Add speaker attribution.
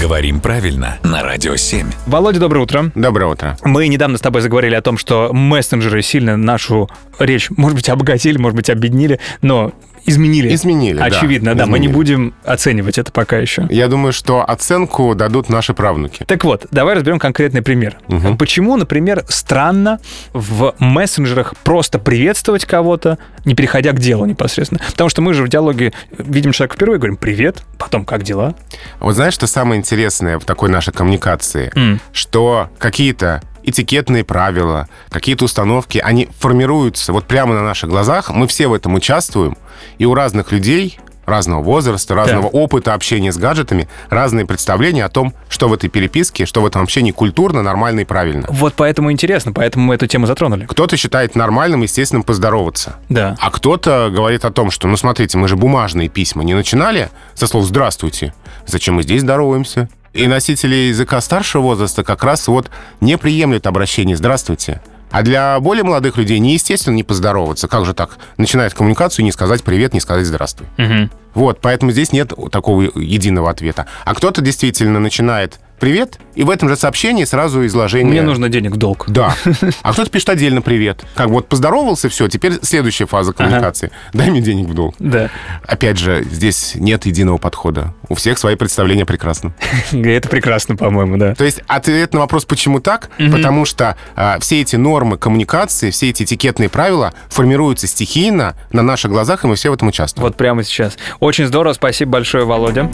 Speaker 1: Говорим правильно на Радио 7.
Speaker 2: Володя, доброе утро.
Speaker 3: Доброе утро.
Speaker 2: Мы недавно с тобой заговорили о том, что мессенджеры сильно нашу речь, может быть, обогатили, может быть, обеднили, но изменили.
Speaker 3: Изменили, да.
Speaker 2: Очевидно, да. Мы не
Speaker 3: Изменили.
Speaker 2: будем оценивать это пока еще.
Speaker 3: Я думаю, что оценку дадут наши правнуки.
Speaker 2: Так вот, давай разберем конкретный пример. Почему, например, странно в мессенджерах просто приветствовать кого-то, не переходя к делу непосредственно? Потому что мы же в диалоге видим человека впервые, говорим «привет», потом «как дела?».
Speaker 3: Вот знаешь, что самое интересное в такой нашей коммуникации? Что какие-то этикетные правила, какие-то установки, они формируются вот прямо на наших глазах. Мы все в этом участвуем. И у разных людей разного возраста, разного опыта общения с гаджетами, разные представления о том, что в этой переписке, что в этом общении культурно, нормально и правильно.
Speaker 2: Вот поэтому интересно, поэтому мы эту тему затронули.
Speaker 3: Кто-то считает нормальным, естественным поздороваться.
Speaker 2: Да.
Speaker 3: А кто-то говорит о том, что, ну, смотрите, мы же бумажные письма не начинали со слов «здравствуйте». Зачем мы здесь здороваемся? И носители языка старшего возраста как раз вот не приемлют обращение «здравствуйте». А для более молодых людей неестественно не поздороваться. Как же так? Начинает коммуникацию не сказать «привет», не сказать «здравствуй». Вот, поэтому здесь нет такого единого ответа. А кто-то действительно начинает «привет», и в этом же сообщении сразу изложение...
Speaker 2: Мне нужно денег в долг.
Speaker 3: Да. А кто-то пишет отдельно привет. Как бы вот поздоровался, все, теперь следующая фаза коммуникации. Дай мне денег в долг.
Speaker 2: Да.
Speaker 3: Опять же, здесь нет единого подхода. У всех свои представления прекрасно.
Speaker 2: Это прекрасно, по-моему, да.
Speaker 3: То есть ответ на вопрос, почему так, потому что а, все эти нормы коммуникации, все эти этикетные правила формируются стихийно на наших глазах, и мы все в этом участвуем.
Speaker 2: Вот прямо сейчас. Очень здорово, спасибо большое, Володя.